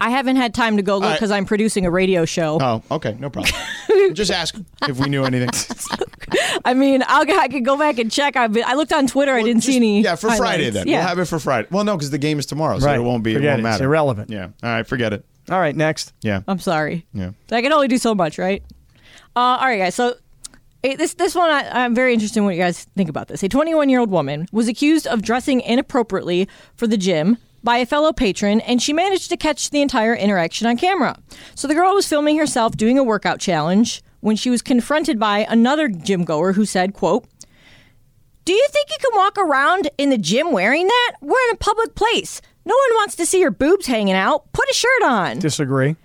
I haven't had time to go look
right.
because I'm producing a radio show.
Oh, okay, no problem. Just ask if we knew anything.
I mean, I'll, I could go back and check. I've been, I looked on Twitter. I didn't
Just-
see any.
Yeah, for Friday
highlights.
then.
Yeah.
We'll have it for Friday. Well, no, because the game is tomorrow, so
Right.
it won't be.
Forget
it won't
it. It's
matter.
irrelevant.
Yeah. All right. Forget it.
All right, next.
Yeah.
I'm sorry.
Yeah.
I can only do so much, right? Uh, all right, guys. So eh, this this one, I, I'm very interested in what you guys think about this. A 21 year old woman was accused of dressing inappropriately for the gym by a fellow patron, and she managed to catch the entire interaction on camera. So the girl was filming herself doing a workout challenge when she was confronted by another gym goer who said, "quote." Do you think you can walk around in the gym wearing that? We're in a public place. No one wants to see your boobs hanging out. Put a shirt on
Disagree.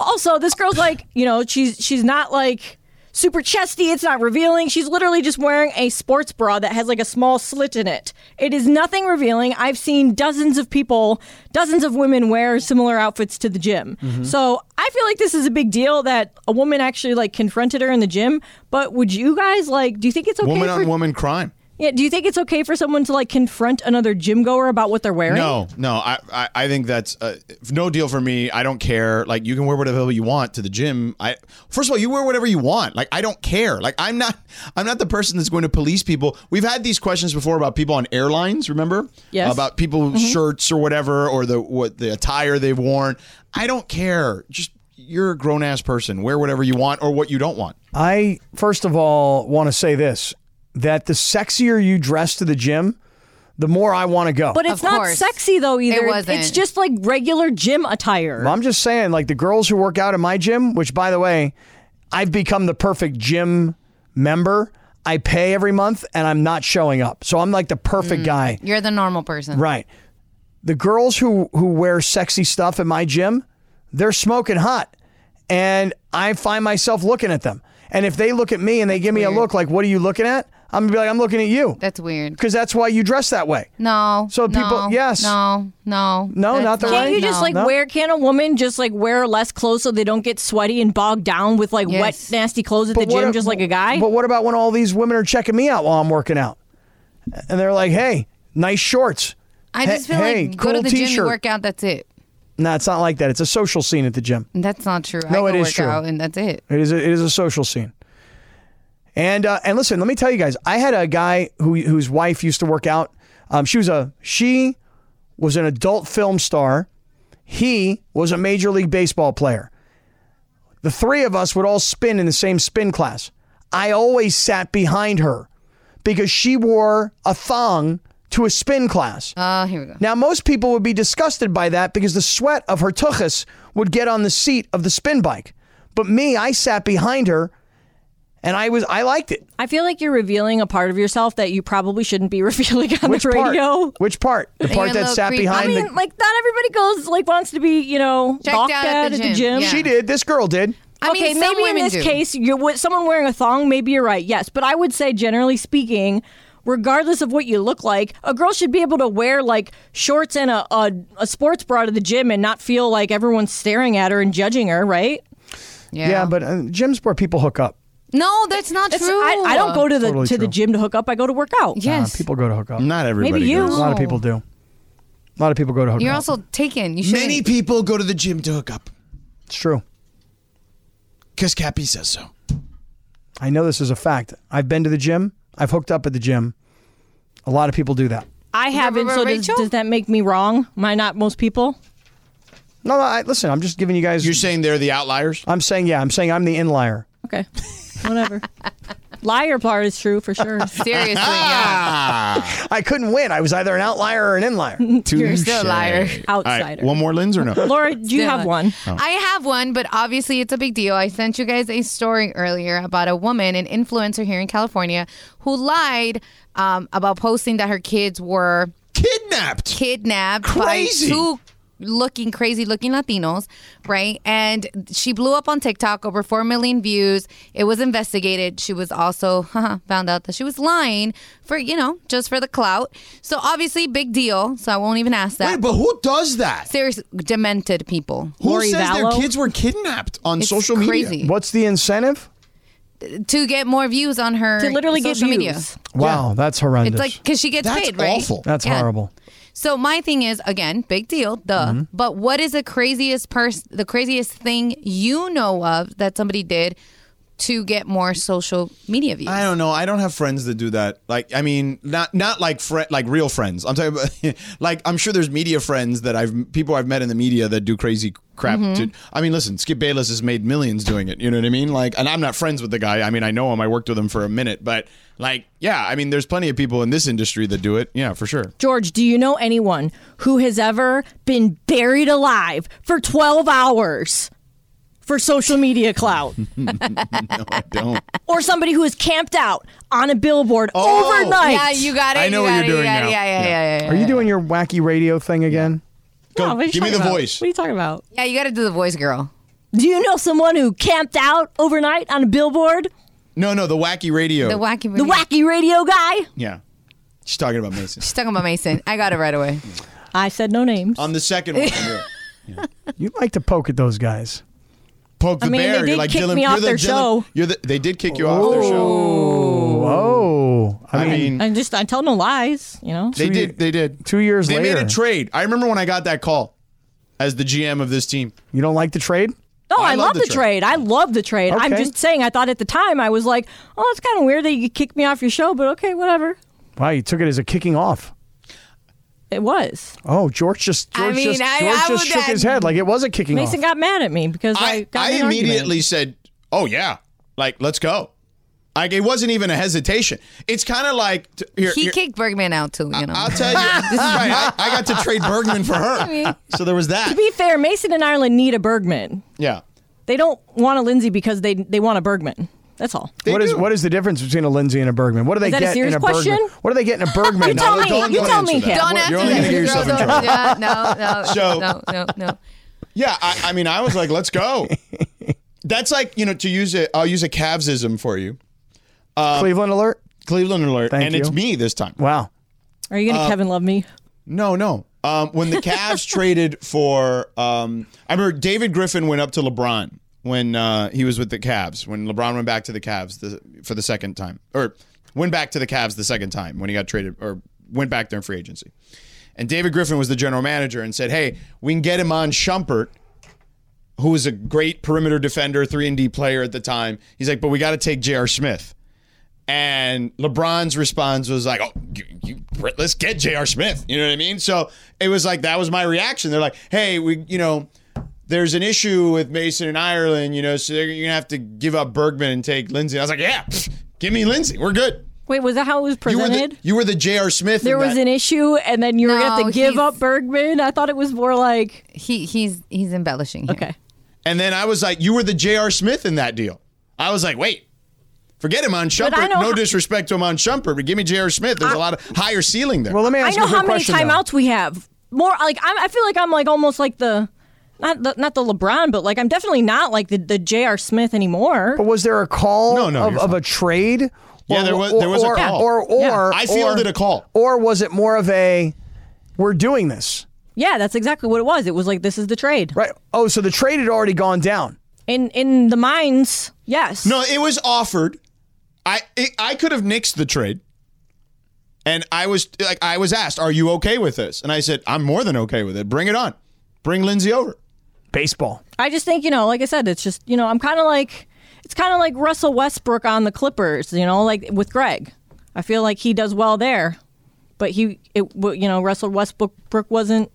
also this girl's like you know she's she's not like super chesty it's not revealing she's literally just wearing a sports bra that has like a small slit in it it is nothing revealing i've seen dozens of people dozens of women wear similar outfits to the gym so i feel like this is a big deal that a woman actually like confronted her in the gym but would you guys like do you think it's okay
Woman
for
on woman crime.
yeah do you think it's okay for someone to like confront another gym goer about what they're wearing
No, no, I, I, I think that's uh, no deal for me. I don't care. Like you can wear whatever the hell you want to the gym. I first of all, you wear whatever you want. Like I don't care. Like I'm not, I'm not the person that's going to police people. We've had these questions before about people on airlines. Remember?
Yes.
About people
Mm-hmm.
shirts or whatever or the what the attire they've worn. I don't care. Just you're a grown ass person. Wear whatever you want or what you don't want.
I first of all want to say this: that the sexier you dress to the gym, the more I want to go.
but it's
Of
not
course.
sexy though either
It wasn't.
it's just like regular gym attire
I'm just saying, like the girls who work out in my gym, which by the way, I've become the perfect gym member. I pay every month, and I'm not showing up, so I'm like the perfect guy.
You're the normal person.
Right. The girls who who wear sexy stuff in my gym, they're smoking hot, and I find myself looking at them. And if they look at me and they give me a look like, "What are you looking at?" I'm gonna be like, "I'm looking at you,"
That's weird.
because that's why you dress that way.
No.
So
no,
people- yes.
No. No.
No, not the
Can't
right-
you just
no.
like
No.
wear? Can a woman just like wear less clothes so they don't get sweaty and bogged down with like wet,
Yes.
nasty clothes at the
what
gym,
if-
just like a guy?
But what about when all these women are checking me out while I'm working out, and they're like, "Hey, nice shorts."
I just
Hey-
feel
hey,
like
cool
go to the gym, you
t-shirt.
work out, that's it.
No, it's not like that. It's a social scene at the gym.
That's not true.
No,
I
it
go
is
work
true.
out and that's it.
It is a, it is a social scene. And uh, and listen, let me tell you guys. I had a guy who whose wife used to work out. Um, she was a she was an adult film star. He was a major league baseball player. The three of us would all spin in the same spin class. I always sat behind her because she wore a thong to a spin class.
Oh, here we go.
Now, most people would be disgusted by that because the sweat of her tuchus would get on the seat of the spin bike. But me, I sat behind her, and I was I liked it.
I feel like you're revealing a part of yourself that you probably shouldn't be revealing on
Which
the radio.
part? Which part? The part
a
that
little
sat
creep.
I
behind
mean,
the.
like not everybody goes like wants to be you know
Checked
gawked
out
at at the gym.
yeah.
She did. This girl did.
I mean,
okay,
some
maybe in
women
this
do.
case, you're with someone wearing a thong. Maybe you're right. Yes, but I would say, generally speaking, regardless of what you look like, a girl should be able to wear like shorts and a a, a sports bra to the gym and not feel like everyone's staring at her and judging her. Right?
Yeah.
Yeah, but uh, gyms where people hook up.
no, that's not
That's-
true.
I, I don't go to the
Totally
to the
true.
gym to hook up. I go to work out.
Yes.
People go to hook up.
Not everybody.
Maybe you.
goes.
A lot of people do. A lot of people go to hook
You're
up.
also taken. You should.
Many people go to the gym to hook up
it's true.
because Cappy says so.
I know this is a fact. I've been to the gym. I've hooked up at the gym. A lot of people do that.
I haven't. So does,
Rachel?
does that make me wrong? Am I not most people?
No, no. I, listen, I'm just giving you guys.
You're saying they're the outliers?
I'm saying yeah. I'm saying I'm the inlier.
Okay, whatever. Liar part is true for sure.
Seriously,
Ah!
yeah.
Ah,
I couldn't win. I was either an outlier or an inlier.
You're still a
Touche.
liar.
All right,
Outsider.
one more lens or no?
Laura, do you
Still
have
not.
one?
Oh.
I have one, but obviously it's a big deal. I sent you guys a story earlier about a woman, an influencer here in California, who lied um, about posting that her kids were
Kidnapped.
kidnapped
Crazy.
by two looking crazy looking Latinos, right? And she blew up on TikTok over 4 million views. It was investigated. She was also found out that she was lying for, you know, just for the clout. So obviously, big deal. So I won't even ask that.
Wait, but who does that?
Seriously, demented people.
Who
Lori
says
Vallow?
their kids were kidnapped on
It's
social
crazy.
media?
What's the incentive?
to get more views on her
To literally get
social
views.
media.
Wow, that's horrendous.
It's like because she gets
That's
paid, right?
awful.
that's
Yeah.
horrible.
So my thing is again, big deal, duh.
Mm-hmm.
But what is the craziest person, the craziest thing you know of that somebody did to get more social media views?
I don't know. I don't have friends that do that. Like, I mean, not not like fri like real friends. I'm talking about like I'm sure there's media friends that I've people I've met in the media that do crazy crap.
Mm-hmm.
To, I mean, listen, Skip Bayless has made millions doing it. You know what I mean? Like, and I'm not friends with the guy. I mean, I know him. I worked with him for a minute, but like, yeah, I mean, there's plenty of people in this industry that do it. Yeah, for sure.
George, do you know anyone who has ever been buried alive for 12 hours for social media clout?
No, I don't.
or somebody who is camped out on a billboard
Oh.
overnight?
yeah, you got it.
I know
you
what
got
you're
it, you
doing
got
now.
it, Yeah, yeah,
Yeah.
yeah, yeah. yeah.
Are you doing your wacky radio thing again?
No,
Go,
what are you
give me the
talking about?
voice.
What are you talking about?
Yeah, you got to do the voice, girl.
Do you know someone who camped out overnight on a billboard?
No, no, the wacky radio.
The wacky.
The wacky radio guy?
yeah, she's talking about Mason.
She's talking about Mason. I got it right away.
I said no names.
On the second one, yeah.
You like to poke at those guys.
poke the
mean, they
bear.
did
you're like
kick
Dylan.
me
you're
off
the
their
Dylan-
show.
You're the, they did kick you off their show.
Oh, I
I
mean,
mean,
I just I tell no lies, you know.
they did. They did.
two years
They
later,
made a trade. I remember when I got that call as the GM of this team.
you don't like the trade?
No,
I
I, love, the, trade. I love the trade. I'm
Okay.
just saying. I thought at the time I was like, oh, it's kind of weird that you kicked me off your show, but okay, whatever.
Wow, you took it as a kicking off.
It was.
Oh, George just
I
George
mean,
just,
I-
George
I
just
would-
shook his head like it was a kicking
Mason
off.
got mad at me because I,
I,
got
I
in an argument.
immediately said, "Oh yeah, like let's go." Like it wasn't even a hesitation. It's kind of like t- here.
He
here-
kicked Bergman out too. You know.
I'll tell you. right, I, I got to trade Bergman for her, so there was that.
To be fair, Mason and Ireland need a Bergman.
Yeah,
They don't want a Lindsay because they they want a Bergman. That's all.
They
What is
do.
what is the difference between a Lindsay and a Bergman? What do they
Is that a
get in
serious
a Bergman?
question?
What do they get in a Bergman?
You tell me.
don't-
you
don't
tell
answer
me.
that.
Kim.
Don't
You're
answer
only
that.
gonna get
Girl,
yourself in
don't-
trouble.
yeah, no, no,
So-
no, no, no.
Yeah, I, I mean, I was like, let's go. That's like you know to use it. I'll use a Cavsism for you.
Cleveland alert.
Cleveland alert,
Thank
and it's
you.
me this time.
Wow.
Are you
Uh,
gonna Kevin love me?
No, no. Um, when the Cavs traded for, um, I remember David Griffin went up to LeBron when uh, he was with the Cavs. When LeBron went back to the Cavs the, for the second time, or went back to the Cavs the second time when he got traded, or went back there in free agency. And David Griffin was the general manager and said, "Hey, we can get him on Shumpert." Who was a great perimeter defender, three and D player at the time? He's like, but we got to take J.R. Smith. And LeBron's response was like, "Oh, you, you, let's get J.R. Smith." You know what I mean? So it was like that was my reaction. They're like, "Hey, we, you know, there's an issue with Mason and Ireland, you know, so they're, you're gonna have to give up Bergman and take Lindsay." I was like, "Yeah, pff, give me Lindsay. We're good."
Wait, was that how it was
You were
presented?
the you were the J.R. Smith.
there
in
was
that-
an issue, and then you were gonna have
No,
to give
he's-
up Bergman. I thought it was more like
He he's he's embellishing. Here.
okay.
and then I was like, "You were the J.R. Smith in that deal." I was like, "Wait." Forget him on
I
Shumpert. No
know how-
disrespect to him on Shumpert, but give me J.R. Smith. There's a lot of higher ceiling there.
Well, let me
I
ask
know
you a quick
how many
question, though.
timeouts we have. More like I'm, I feel like I'm like almost like the not the, not the LeBron, but like I'm definitely not like the the J.R. Smith anymore.
But was there a call
No, no,
of,
you're
of
fine.
a trade?
Yeah, there was- there was a
or,
call.
Or, or,
Yeah.
I fielded
or-
a call.
Or was it more of a, we're doing this,
yeah, that's exactly what it was. It was like this is the trade
right? Oh, so the trade had already gone down.
in in the minds. Yes.
No, it was offered. I it, I could have nixed the trade. And I was like I was asked, "Are you okay with this?" And I said, "I'm more than okay with it. Bring it on. Bring Lindsay over."
Baseball.
I just think you know, like I said, it's just you know, I'm kind of like. it's It's kind of like Russell Westbrook on the Clippers, you know, like with Greg. I feel like he does well there, but he, it, you know, Russell Westbrook wasn't.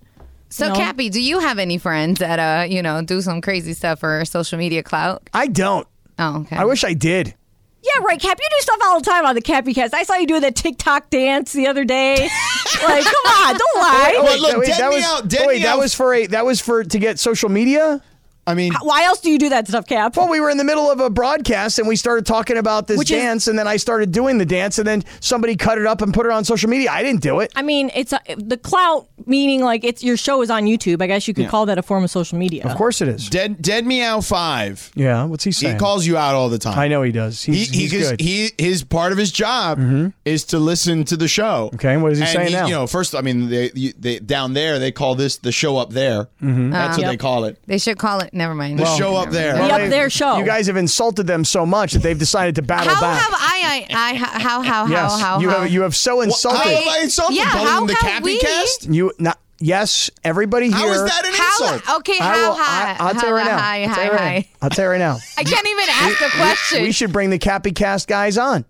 So,
No.
Cappy, do you have any friends that uh, you know, do some crazy stuff for social media clout?
I don't.
Oh, okay.
I wish I did.
Yeah, right, Cap. You do stuff all the time on the Cappy Cast. I saw you do the TikTok dance the other day. like, come on, don't lie.
But look,
That- wait,
dead
that
me
was,
out, dead
oh, wait,
me
that
out.
was for a that was for to get social media.
I mean,
Why else do you do that stuff, Cap?
Well, we were in the middle of a broadcast and we started talking about this
Which is-
dance, and then I started doing the dance, and then somebody cut it up and put it on social media. I didn't do it.
I mean, it's uh the clout, meaning like it's your show is on YouTube. I guess you could call that a form of social media.
Of course, it is.
dead dead meow five.
Yeah, what's he saying?
He calls you out all the time.
I know he does. He's,
he,
he's
he, is-
good. Mm-hmm.
he his part of his job is to listen to the show.
Okay, what is he
And
saying now?
You know, first, I mean, they, you- they down there they call this the show up there.
Mm-hmm.
Ah,
That's what they call it.
they should call it. Never mind.
The show up there.
The up there show.
you guys have insulted them so much that they've decided to battle
How
back.
have I? I, I how how
yes,
how how
you
how?
have you have so
How
insulted
have I Oh, insulted
Yeah,
calling
how
them the
have
Cappy
we-
Cast?
you. Not, yes, everybody here.
How is that an insult?
how okay?
I
How
will,
high?
I, I'll tell you
how
right now.
high?
I'll tell
High
you right
high.
now. I'll tell you right now.
I can't even ask the question.
We should bring the Cappy Cast guys on.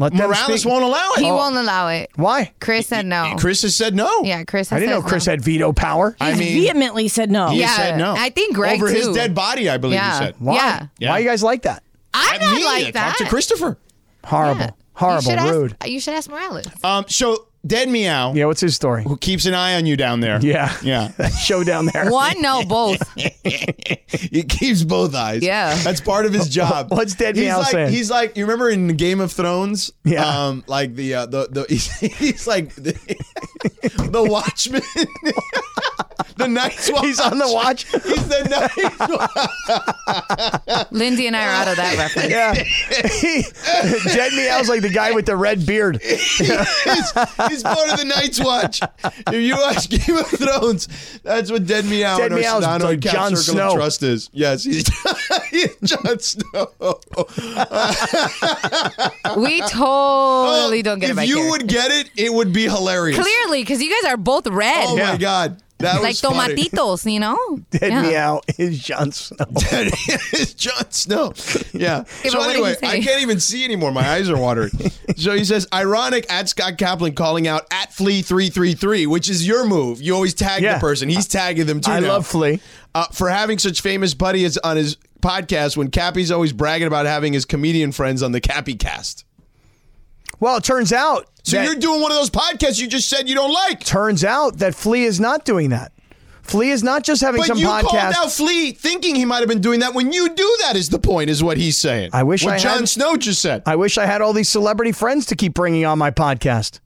Let them
Morales
speak.
won't allow it.
Oh.
he won't allow it.
Why?
Chris said no.
Chris has said no.
yeah, Chris.
I didn't
says
know Chris
no.
had veto power.
I
He's
mean,
vehemently said no.
he
Yeah.
said no.
I think Greg,
over his
too.
dead body. I believe
Yeah.
he said.
Why?
Yeah.
Yeah.
Why you guys like that?
I'm
At
not
me,
like that.
Talk to Christopher.
Horrible. Horrible.
You should
Rude.
Ask, you should ask Morales.
Um, so dead meow
Yeah, what's his story?
who keeps an eye on you down there.
Yeah.
yeah.
Show down there.
One, no, both.
He keeps both eyes.
Yeah.
That's part of his job.
What's Dead
he's
Meow
like,
saying?
He's like, you remember in Game of Thrones?
Yeah.
Um, like the, uh, the, the he's, he's like the, the Watchman. the Night's Watch.
He's on the watch.
He's the Night's Watch.
Lindy and I are out of that reference.
Yeah. He- Jed Meow's like the guy with the red beard.
He's, he's part of the Night's Watch. If you watch Game of Thrones, that's what Dead Meow
Dead
and
Meow's
Arsenano
like
and Cap
Jon
Circle
Snow.
of Trust is. Yes, he's, he's Jon
Oh,
Snow.
We totally don't get
if
it by
you
here.
would get it, it would be hilarious.
Clearly, because you guys are both red.
Oh
Yeah.
my god, that
Like
was funny.
tomatitos, you know?
Dead
Yeah.
Meow is Jon Snow.
it's Jon Snow. Yeah.
but
so
what did he
anyway,
say?
I can't even see anymore. My eyes are watering. so he says, ironic at Scott Kaplan calling out at Flea three three three, which is your move. You always tag
Yeah.
the person. He's tagging them too.
I
now.
love Flea.
uh, for having such famous buddy as on his podcast. When Cappy's always bragging about having his comedian friends on the Cappy Cast.
Well, it turns out
So
that,
you're doing one of those podcasts you just said you don't like.
turns out that Flea is not doing that. Flea is not just having
But
some
you
podcast.
called out Flea thinking he might have been doing that when you do that is the point, is what he's saying.
I wish
what
I
John
had-
Snow just said.
I wish I had all these celebrity friends to keep bringing on my podcast.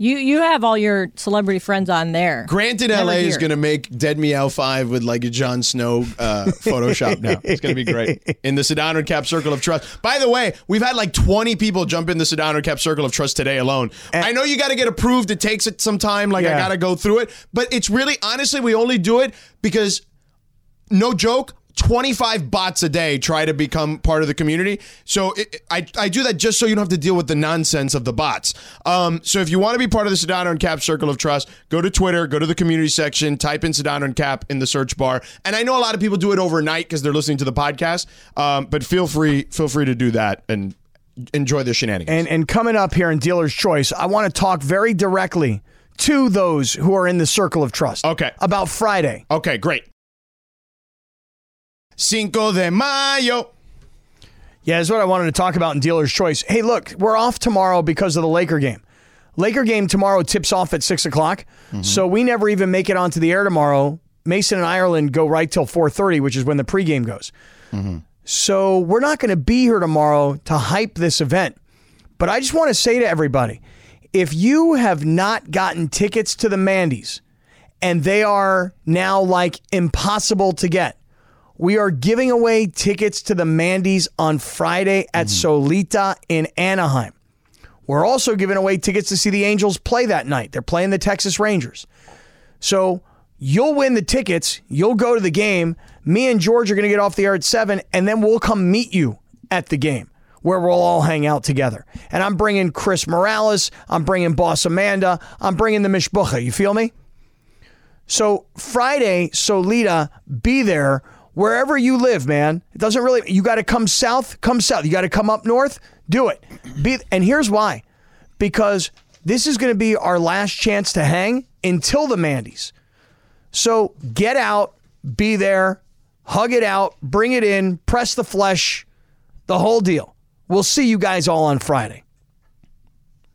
You you have all your celebrity friends on there.
Granted,
Never
LA is
here.
going to make Dead Meow 5 with like a Jon Snow uh, Photoshop now. It's going to be great. In the Sedano Cap Circle of Trust. By the way, we've had like 20 people jump in the Sedano Cap Circle of Trust today alone. I know you got to get approved. It takes it some time. Like,
Yeah.
I got to go through it. But it's really, honestly, we only do it because, no joke, 25 bots a day try to become part of the community. So it, I, I do that just so you don't have to deal with the nonsense of the bots. Um, so if you want to be part of the Sedano and Cap Circle of Trust, go to Twitter, go to the community section, type in Sedano and Cap in the search bar. And I know a lot of people do it overnight because they're listening to the podcast. Um, but feel free, feel free to do that and enjoy the shenanigans.
And and coming up here in Dealer's Choice, I want to talk very directly to those who are in the circle of trust.
Okay.
About Friday.
okay, great. Cinco de Mayo.
Yeah, is what I wanted to talk about in Dealer's Choice. Hey, look, we're off tomorrow because of the Laker game. Laker game tomorrow tips off at six o'clock, so we never even make it onto the air tomorrow. Mason and Ireland go right till four thirty, which is when the pregame goes. So we're not going to be here tomorrow to hype this event. But I just want to say to everybody, if you have not gotten tickets to the Mandy's, and they are now like impossible to get. We are giving away tickets to the Mandy's on Friday at Solita in Anaheim. We're also giving away tickets to see the Angels play that night. They're playing the Texas Rangers. So you'll win the tickets, you'll go to the game. Me and George are going to get off the air at 7, and then we'll come meet you at the game where we'll all hang out together. And I'm bringing Chris Morales, I'm bringing Boss Amanda, I'm bringing the Mishbucha. You feel me? So Friday, Solita, be there. wherever you live, man, it doesn't really. You got to come south, come south. You got to come up north, do it. Be, and here's why, because this is going to be our last chance to hang until the Mandy's. So get out, be there, hug it out, bring it in, press the flesh, the whole deal. We'll see you guys all on Friday.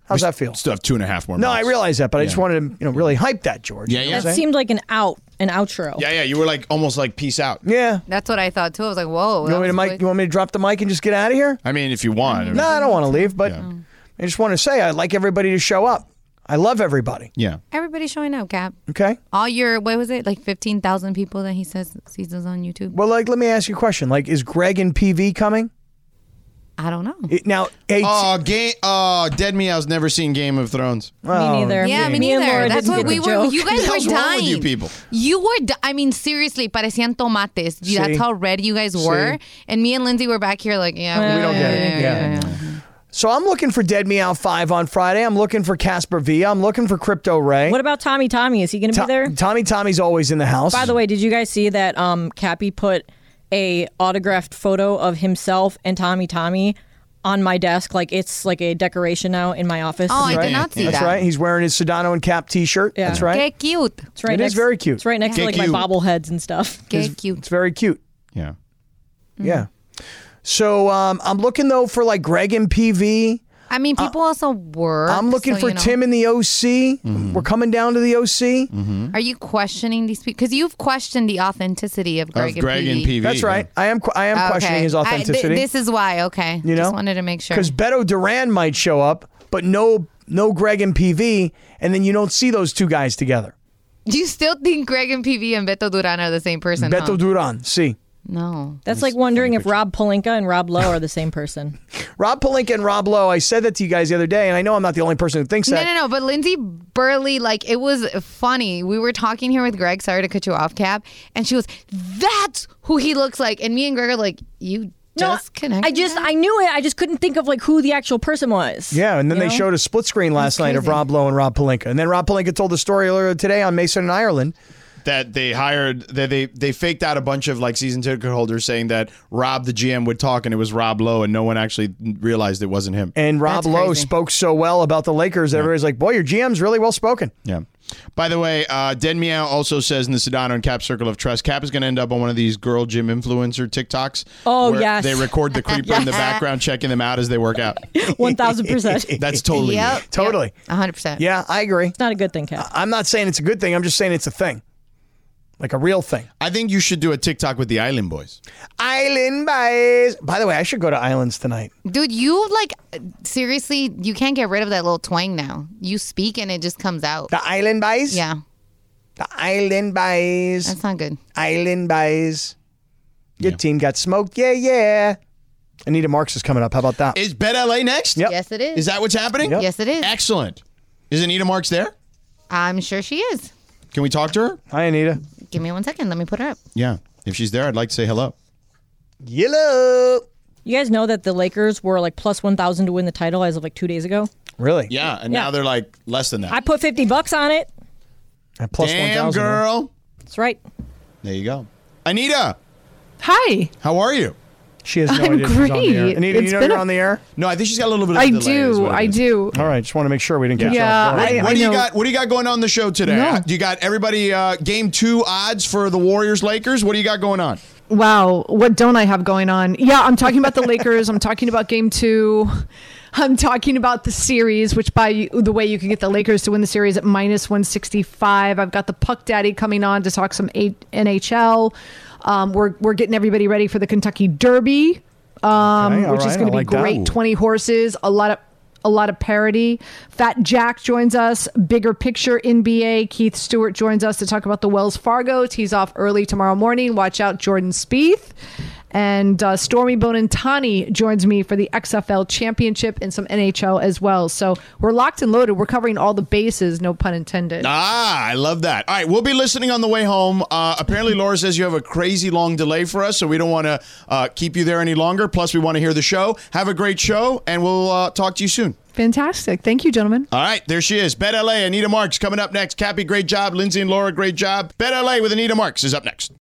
How's that feel?
Still have two and a half more.
No, I
minutes.
realize that, but I just wanted to, you know, really hype that, George.
Yeah,
You know
yeah.
what I'm
That
saying?
seemed like an out, an outro.
Yeah, yeah. You were like almost like peace out.
yeah.
That's what I thought too. I was like, whoa.
You want me to
that was
mic? You want me to drop the mic and just get out of here?
I mean, if you want. I mean,
No, I don't want to leave, but I just want to say I like everybody to show up. I love everybody.
Yeah.
Everybody's showing up, Cap.
Okay.
All your what was it? Like fifteen thousand people that he says sees us on YouTube.
Well, like, let me ask you a question. Like, is Greg and PV coming?
I don't know.
It, now, hey,
Oh, game. Oh, Dead Meow's never seen Game of Thrones.
oh,
Me neither.
yeah, me
Me and
neither.
Laura
That's
didn't
what
get
we
the
were.
joke.
You guys
What the hell's
were
wrong with
dying.
you people?
You were. Di- I mean, seriously, parecían tomates. That's how red you guys were. And me and Lindsay were back here like, yeah,
we don't get it. Yeah. So I'm looking for Dead Meow Five on Friday. I'm looking for Casper V. I'm looking for Crypto Ray.
What about Tommy? Tommy, is he going to
To-
be there?
Tommy Tommy's always in the house.
By the way, did you guys see that? Um, Cappy put a autographed photo of himself and Tommy Tommy on my desk. Like it's like a decoration now in my office.
Oh, I
right.
did not see
That's
that.
right. He's wearing his Sedano and Cap T-shirt. That's right.
Qué cute.
it's right
it is
next-
very cute.
It's right next to like my
cute.
bobbleheads and stuff.
Qué cute.
It's very cute.
Yeah.
Mm-hmm.
Yeah. So um, I'm looking though for like Greg and PV.
I mean, people also were.
Uh, I'm looking for Tim in the OC. We're coming down to the OC.
Are you questioning these people? Because you've questioned the authenticity of Greg,
Of Greg and PV.
That's right. I am. I am
Okay.
questioning his
I- thi-
authenticity.
this is why. Okay.
You know?
Just wanted to make sure.
because Beto Duran might show up, but no, no Greg and PV, and then you don't see those two guys together.
Do you still think Greg and PV and Beto Duran are the same person?
Beto
huh?
Duran, see
No.
That's like wondering if Rob Polinka and Rob Lowe are the same person.
Rob Palinka and Rob Lowe. I said that to you guys the other day, and I know I'm not the only person who thinks
No,
that.
no, no. But Lindsay Burley, like, it was funny. We were talking here with Greg. Sorry to cut you off, Cap. And she was, that's who he looks like. And me and Greg are like, you just connected.
I just
that?
I knew it. I just couldn't think of like who the actual person was.
Yeah, and then
You
they
know?
showed a split screen last night of
crazy.
Rob Lowe and Rob Palinka, and then Rob Palinka told the story earlier today on Mason and Ireland.
That they hired that they they faked out a bunch of like season ticket holders saying that Rob the GM would talk and it was Rob Lowe and no one actually realized it wasn't him.
And Rob
That's
Lowe
crazy.
spoke so well about the Lakers that everybody's like, boy, your GM's really well spoken.
Yeah. By the way, uh, Den Meow also says in the Sedano and Cap Circle of Trust, Cap is going to end up on one of these girl gym influencer TikToks.
Oh,
where
yes.
They record the creeper in the background, checking them out as they work out.
One thousand percent. It's
That's totally.
Yep. yep,
Totally.
100%.
Yeah, I agree.
not a good thing, Cap.
I'm not saying it's a good thing. I'm just saying it's a thing, like a real thing.
I think you should do a TikTok with the Island Boys.
Island boys. By the way, I should go to Islands tonight.
Dude, you like seriously, you can't get rid of that little twang now. You speak and it just comes out.
The Island boys.
yeah,
The Island boys.
that's not good.
Island boys. Your team got smoked. Yeah, yeah. Anita Marks is coming up. How about that?
Is Bet LA next?
Yep.
Yes, it is.
Is that what's happening?
Yep.
Yes, it is.
Excellent. Is Anita Marks there?
I'm sure she is.
Can we talk to her?
Hi, Anita.
Give me one second. Let me put her up.
Yeah. If she's there, I'd like to say hello.
Yellow.
You guys know that the Lakers were like plus one thousand to win the title as of like two days ago.
Really?
Yeah. And now
Yeah.
they're like less than that.
I put fifty bucks on it.
At plus
Damn,
1,000, huh?
girl.
That's right.
There you go. Anita,
Hi.
how are you?
She has no
I'm
idea. She's on the air.
great.
Anita,
It's
you know
been
you're
a-
on the air?
No, I think she's got a little bit of a
I
delay, is
do.
what it
I
is.
do.
All right. Just want to make sure we didn't catch you
Yeah,
off guard.
I-
What do you
know.
got? What do you got going on the show today?
No.
You got everybody uh, game two odds for the Warriors Lakers. What do you got going on?
Wow. What don't I have going on? Yeah, I'm talking about the Lakers. I'm talking about game two. I'm talking about the series, which by the way, you can get the Lakers to win the series at minus 165. I've got the Puck Daddy coming on to talk some A- NHL. Um, we're, we're getting everybody ready for the Kentucky Derby, um,
Okay, all
which
right,
is going
I
to be
like that.
great.
Ooh.
20 horses, a lot of a lot of parody. Fat Jack joins us, bigger picture NBA. Keith Stewart joins us to talk about the Wells Fargo. He's off early tomorrow morning. Watch out, Jordan Spieth. And uh, Stormy Bonantani joins me for the XFL Championship and some NHL as well. So we're locked and loaded. We're covering all the bases, no pun intended.
Ah, I love that. All right, we'll be listening on the way home. Uh, apparently, Laura says you have a crazy long delay for us, so we don't want to uh, keep you there any longer. Plus, we want to hear the show. Have a great show, and we'll uh, talk to you soon.
Fantastic. Thank you, gentlemen.
All right, there she is. Bet LA, Anita Marks coming up next. Cappy, great job. Lindsay and Laura, great job. Bet LA with Anita Marks is up next.